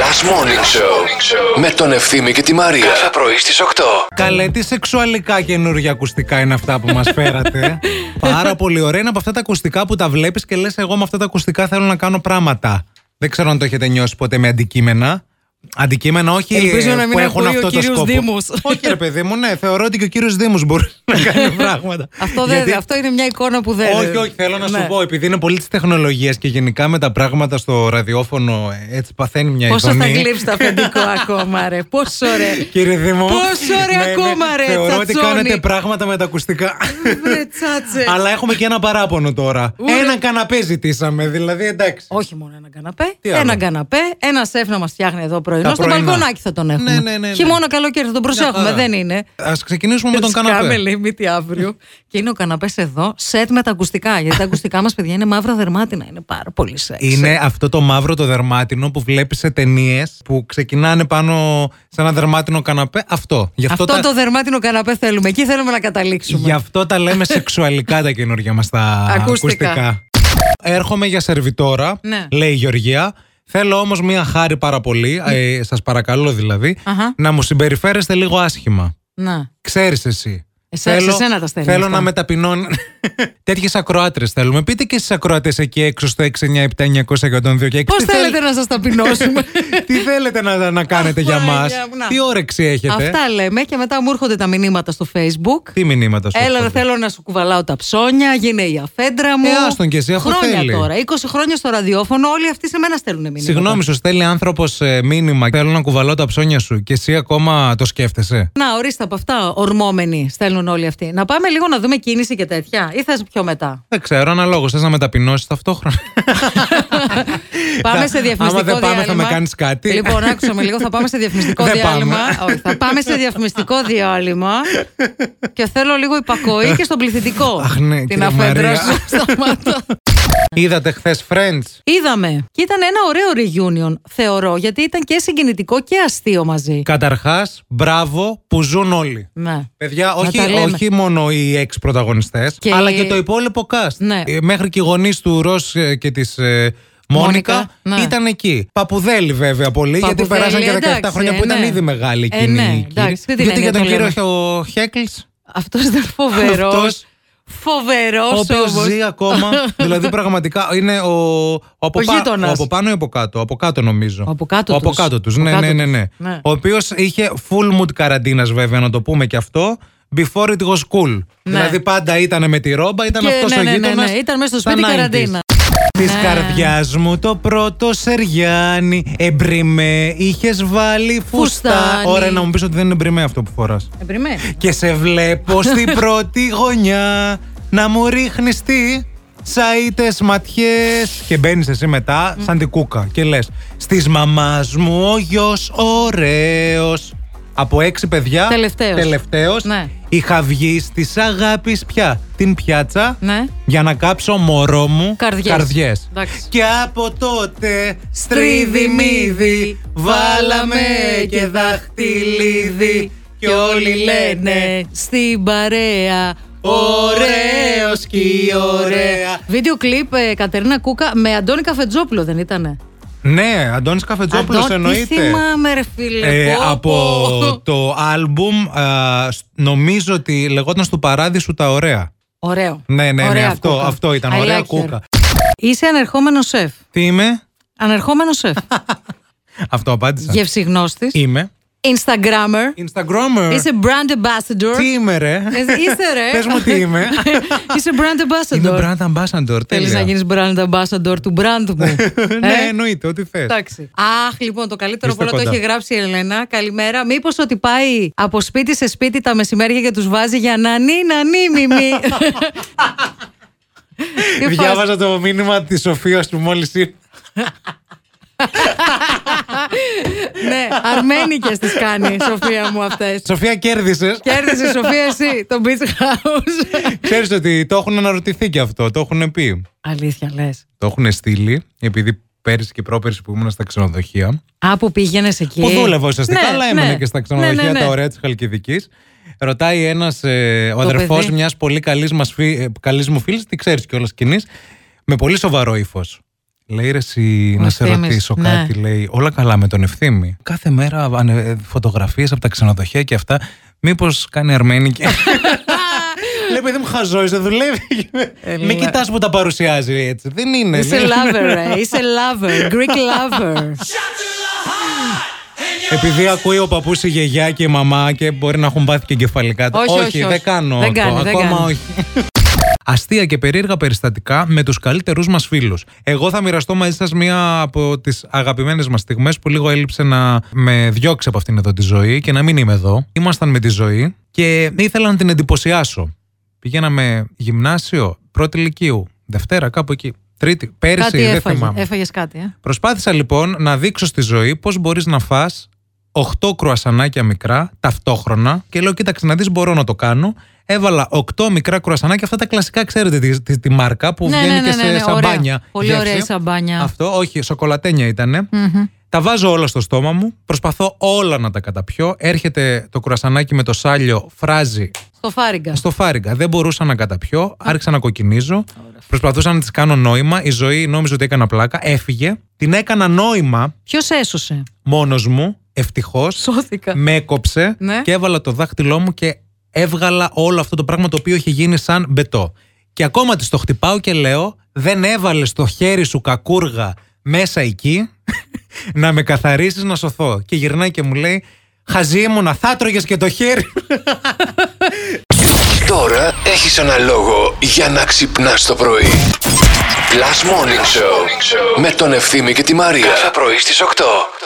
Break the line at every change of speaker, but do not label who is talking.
Last Morning Show με τον Ευθύμη και τη Μαρία. Κάθε πρωί στις 8.
Καλέ, τι σεξουαλικά καινούργια ακουστικά είναι αυτά που μας φέρατε. Πάρα πολύ ωραία. Είναι από αυτά τα ακουστικά που τα βλέπεις και λες: Εγώ με αυτά τα ακουστικά θέλω να κάνω πράγματα. Δεν ξέρω αν το έχετε νιώσει ποτέ με αντικείμενα. Αντικείμενα όχι
Ελπίζω
ε,
να μην
που έχουν
ακούει ο
αυτό το
κύριος
σκοπό.
Δήμος.
Όχι, ρε παιδί μου, ναι, θεωρώ ότι και ο κύριος Δήμος μπορεί να κάνει πράγματα.
Αυτό, δεν,
Γιατί-
αυτό είναι μια εικόνα που δεν.
όχι, όχι, θέλω να
Ναι.
σου πω, επειδή είναι πολύ της τεχνολογίας και γενικά με τα πράγματα στο ραδιόφωνο ε, έτσι παθαίνει μια
Πόσο θα
ειδονή.
γλύψει το αφεντικό ακόμα, ρε. Πόσο ρε.
Κύριε Δήμο.
Πόσο ρε
ναι, ναι,
ακόμα, ρε,
Θεωρώ ότι
τσατσόνι.
κάνετε πράγματα με τα ακουστικά.
Βρε, τσάτσε.
Αλλά έχουμε και ένα παράπονο τώρα.
Ουρε.
Έναν καναπέ ζητήσαμε, δηλαδή εντάξει.
Όχι μόνο ένα καναπέ.
Τι άλλο?
Ένα καναπέ. Ένας σεφ να μας φτιάχνει εδώ πρωινό.
Τα
Στο
πρωινά.
μπαλκονάκι θα τον έχουμε.
Ναι, ναι, ναι, ναι.
Χειμώνα, καλοκαίρι θα τον προσέχουμε.
χαρά.
Δεν είναι.
Ας ξεκινήσουμε με τον
Σκάμε,
καναπέ.
λέει μύτη αύριο. και είναι ο καναπές εδώ, σετ με τα ακουστικά. Γιατί τα ακουστικά μας, παιδιά, είναι μαύρα δερμάτινα. Είναι πάρα πολύ σεξ.
Είναι αυτό το μαύρο το δερμάτινο που βλέπεις σε ταινίες που ξεκινάνε πάνω σε ένα δερμάτινο καναπέ. Αυτό. Γι'
Αυτό,
αυτό, τα...
το δερμάτινο καναπέ θέλουμε. Εκεί θέλουμε να καταλήξουμε.
Γι' αυτό τα λέμε σεξουαλικά τα καινούργια μας τα
Ακουστικά.
ακουστικά. Έρχομαι για σερβιτόρα,
Ναι.
λέει η Γεωργία. Θέλω όμως μία χάρη πάρα πολύ, ε, σας παρακαλώ δηλαδή,
Ναι. Αχα.
να μου συμπεριφέρεστε λίγο άσχημα.
Να.
Ξέρεις εσύ.
Εσέ- σε σένα τα στέλνει
θέλω
αυτά.
να με ταπεινώνει. Τέτοιες ακροάτρες θέλουμε. Πείτε και στις ακροάτε εκεί έξω στο 697-900-102 και 6.
Πώς θέλετε να σας ταπεινώσουμε.
Τι θέλετε να, να κάνετε για μα,
Μάγια μου, να.
Τι όρεξη έχετε.
Αυτά λέμε και μετά μου έρχονται τα μηνύματα στο facebook.
Τι μηνύματα σου
Έλα, ρε,
έρχονται?
θέλω να σου κουβαλάω τα ψώνια, γίνε η αφέντρα μου.
Ε, άστον και εσύ, αφού
Χρόνια
θέλει.
τώρα. 20 χρόνια στο ραδιόφωνο, όλοι αυτοί σε μένα στέλνουν μήνυμα.
Συγγνώμη, σου στέλνει άνθρωπος μήνυμα. Θέλω να κουβαλάω τα ψώνια σου και εσύ ακόμα το σκέφτεσαι.
Να, ορίστε από αυτά, ορμόμενοι στέλνουν όλοι αυτοί. Να πάμε λίγο να δούμε κίνηση και τέτοια. Ή θα πιο μετά.
Δεν ξέρω, αναλόγως. Θες να με ταπεινώσει ταυτόχρονα.
Πάμε
Θα-
σε διαφημιστικό
άμα δεν πάμε, θα
διάλειμμα.
με κάνεις κάτι.
Λοιπόν, άκουσα με λίγο, θα πάμε σε διαφημιστικό
Δεν
διάλειμμα.
πάμε.
Όχι, θα πάμε σε διαφημιστικό διάλειμμα. και θέλω λίγο υπακοή και στον πληθυντικό.
Αχ, ναι,
Την
κύριε
αφέντρα
Μαρία.
σου σταμάτα.
Είδατε χθες Friends.
Είδαμε. Και ήταν ένα ωραίο reunion, θεωρώ, γιατί ήταν και συγκινητικό και αστείο μαζί.
Καταρχάς, μπράβο που ζουν όλοι.
Ναι.
Παιδιά, όχι,
τα λέμε.
όχι μόνο οι έξι πρωταγωνιστές,
Και-
αλλά και το υπόλοιπο cast.
Ναι.
Ε, Μέχρι και οι γονείς του Ρος και της Μόνικα,
Μόνικα, ναι.
ήταν εκεί. Παπουδέλη, βέβαια, πολύ, γιατί
Παπουδέλη,
περάσαν και 17
εντάξει,
χρόνια που
ε,
ήταν
ναι.
ήδη μεγάλη
Ε,
εκείνη.
ναι,
η
εντάξει,
κύριοι.
τι την
γιατί για
έννοια
τον
το
κύριο ο Χέκλς
Αυτός ήταν φοβερό.
Αυτός-
Φοβερός
Ο οποίος
όμως.
ζει ακόμα. δηλαδή, πραγματικά είναι ο, ο, από, πα-
γείτονας.
ο από πάνω ή από κάτω. Από κάτω, νομίζω.
Ο από κάτω
Ο από
τους.
κάτω τους.
Ο
Ναι,
κάτω
ναι, ναι,
τους.
ναι.
Ναι.
Ο οποίος είχε full mood καραντίνας, βέβαια, να το πούμε και αυτό. Before it was cool. Δηλαδή, πάντα ήταν με τη ρόμπα, ήταν
Ναι. Και-
αυτός
ναι,
ο
ναι, ναι,
γείτονας.
ναι. Ήταν μέσα στο σπίτι καραντίνα. Ναι.
Τη καρδιάς μου το πρώτο σεριάνι. Εμπριμέ, είχες βάλει φουστά.
Φουστάνι.
Ωραία, να μου πεις ότι δεν είναι εμπριμέ αυτό που φοράς
Εμπριμέ.
και σε βλέπω στην πρώτη γωνιά να μου ρίχνεις τι σαΐτες ματιές και μπαίνεις εσύ μετά σαν την κούκα και λες στις μαμάς μου ο γιος ωραίος από έξι παιδιά
Τελευταίος.
τελευταίος
Ναι.
είχα βγει στις αγάπης πια την πιάτσα
Ναι.
για να κάψω μωρό μου
Καρδιές.
καρδιές.
Εντάξει.
και από τότε στρίδι-μίδι βάλαμε και δαχτυλίδι και όλοι λένε
στην παρέα.
Ωραίος και η ωραία.
Βίντεο κλιπ ε, Κατερίνα Κούκα με Αντώνη Καφετζόπουλο δεν ήτανε.
Ναι, Αντώνης Καφετζόπουλος
Αντών- Τι
εννοείται
θυμάμαι ρε φίλε.
ε,
πω,
από
πω.
το άλμπουμ α, σ- νομίζω ότι λεγόταν στο παράδεισου τα ωραία
Ωραίο.
ναι, ναι,
Ωραία
ναι, αυτό,
κούκα.
αυτό ήταν.
I
Ωραία
like her.
κούκα.
Είσαι ανερχόμενο σεφ.
Τι είμαι,
Ανερχόμενο σεφ.
αυτό απάντησα.
Γευσιγνώστης.
Είμαι.
Instagrammer.
Instagrammer.
Είσαι brand ambassador.
Τι είμαι, ρε.
Ε, Είσαι ρε.
Πες μου τι είμαι.
Είσαι brand ambassador.
είμαι brand ambassador.
Θέλεις να Ε?
τέλεια.
γίνεις brand ambassador του brand μου.
ναι, εννοείται, ό,τι θες.
Εντάξει. Αχ, λοιπόν, το καλύτερο
Είστε
από όλα το
κοντά.
έχει γράψει η Ελένα. Καλημέρα. Μήπως ότι πάει από σπίτι σε σπίτι τα μεσημέρια και τους βάζει για να νι, να νι, μη, μη. Τι φάση.
Διάβαζα το μήνυμα της Σοφίας που μόλις ήρθε.
ναι, αρμένικες τις κάνει η Σοφία μου αυτές.
Σοφία, κέρδισες.
Κέρδισε η Σοφία εσύ το beach house.
Ξέρεις ότι το έχουν αναρωτηθεί και αυτό, το έχουν πει.
Αλήθεια λες.
Το έχουν στείλει, επειδή πέρυσι και πρόπερσι που ήμουν στα ξενοδοχεία.
Α, που πήγαινες εκεί.
Που δούλευα ουσιαστικά,
Ναι,
αλλά έμενα
ναι.
και στα ξενοδοχεία
Ναι, ναι, ναι.
τα ωραία της Χαλκιδικής. Ρωτάει ένας, ο
Το
αδερφός
παιδί.
ε, μιας πολύ καλής μου φίλης, τη ξέρεις κιόλας κοινή, με πολύ σοβαρό ύφος. Λέει ρε εσύ,
Ο
να σε
Ευθύμης,
ρωτήσω
ναι.
κάτι. Λέει, όλα καλά με τον ευθύμη. Κάθε μέρα φωτογραφίες από τα ξενοδοχεία και αυτά. Μήπως κάνει αρμένικη. Λέει, παιδί μου, χαζό, δεν δουλεύει.
λέω.
Μην κοιτάς που τα παρουσιάζει έτσι. Δεν είναι.
Ε, Είσαι
λέει.
lover, ρε. Είσαι lover. Greek lover.
Επειδή ακούει ο παππούς η γιαγιά και η μαμά και μπορεί να έχουν πάθει και εγκεφαλικά.
Όχι, όχι, όχι.
δεν κάνω.
Δεν
το.
κάνει, δεν
Ακόμα
κάνει.
όχι. Αστεία και περίεργα περιστατικά με τους καλύτερους μας φίλους. Εγώ θα μοιραστώ μαζί σας μία από τις αγαπημένες μας στιγμές που λίγο έλειψε να με διώξει από αυτήν εδώ τη ζωή και να μην είμαι εδώ. Ήμασταν με τη ζωή και ήθελα να την εντυπωσιάσω. Πηγαίναμε γυμνάσιο, πρώτη λυκείου, Δευτέρα, κάπου εκεί. Τρίτη, πέρυσι,
Κάτι
δεν
έφαγε.
θυμάμαι.
Έφαγες κάτι, ε.
Προσπάθησα λοιπόν να δείξω στη ζωή πώς μπορείς να φά 8 κρουασανάκια μικρά ταυτόχρονα και λέω: Κοίταξε να δεις, μπορώ να το κάνω. Έβαλα 8 μικρά κρουασανάκια, αυτά τα κλασικά, ξέρετε τη, τη, τη μάρκα που
Ναι,
βγαίνει και σε σαμπάνια.
Ωραία. Πολύ
γεύση.
ωραία η σαμπάνια.
Αυτό, όχι, σοκολατένια ήτανε.
Μμμ.
Τα βάζω όλα στο στόμα μου, προσπαθώ όλα να τα καταπιώ. Έρχεται το κρουασανάκι με το σάλιο, φράζει
Στο φάριγγα.
στο φάριγγα. Δεν μπορούσα να καταπιώ. Άρχισα να κοκκινίζω. Προσπαθούσα να τη κάνω νόημα. Η ζωή νόμιζε ότι έκανα πλάκα. Έφυγε. Την έκανα νόημα
Ποιος έσωσε.
μόνος μου. Ευτυχώς.
Σώθηκα.
Με έκοψε
Ναι.
και έβαλα το δάχτυλό μου και έβγαλα όλο αυτό το πράγμα το οποίο είχε γίνει σαν μπετό. Και ακόμα της το χτυπάω και λέω: Δεν έβαλες το χέρι σου κακούργα μέσα εκεί να με καθαρίσεις να σωθώ. Και γυρνάει και μου λέει: Χαζί ήμουνα, θα τρώγες και το χέρι.
Τώρα έχεις ένα λόγο για να ξυπνάς το πρωί. Last Morning Show με τον Ευθύμη και τη Μαρία. Κάθε πρωί στις 8.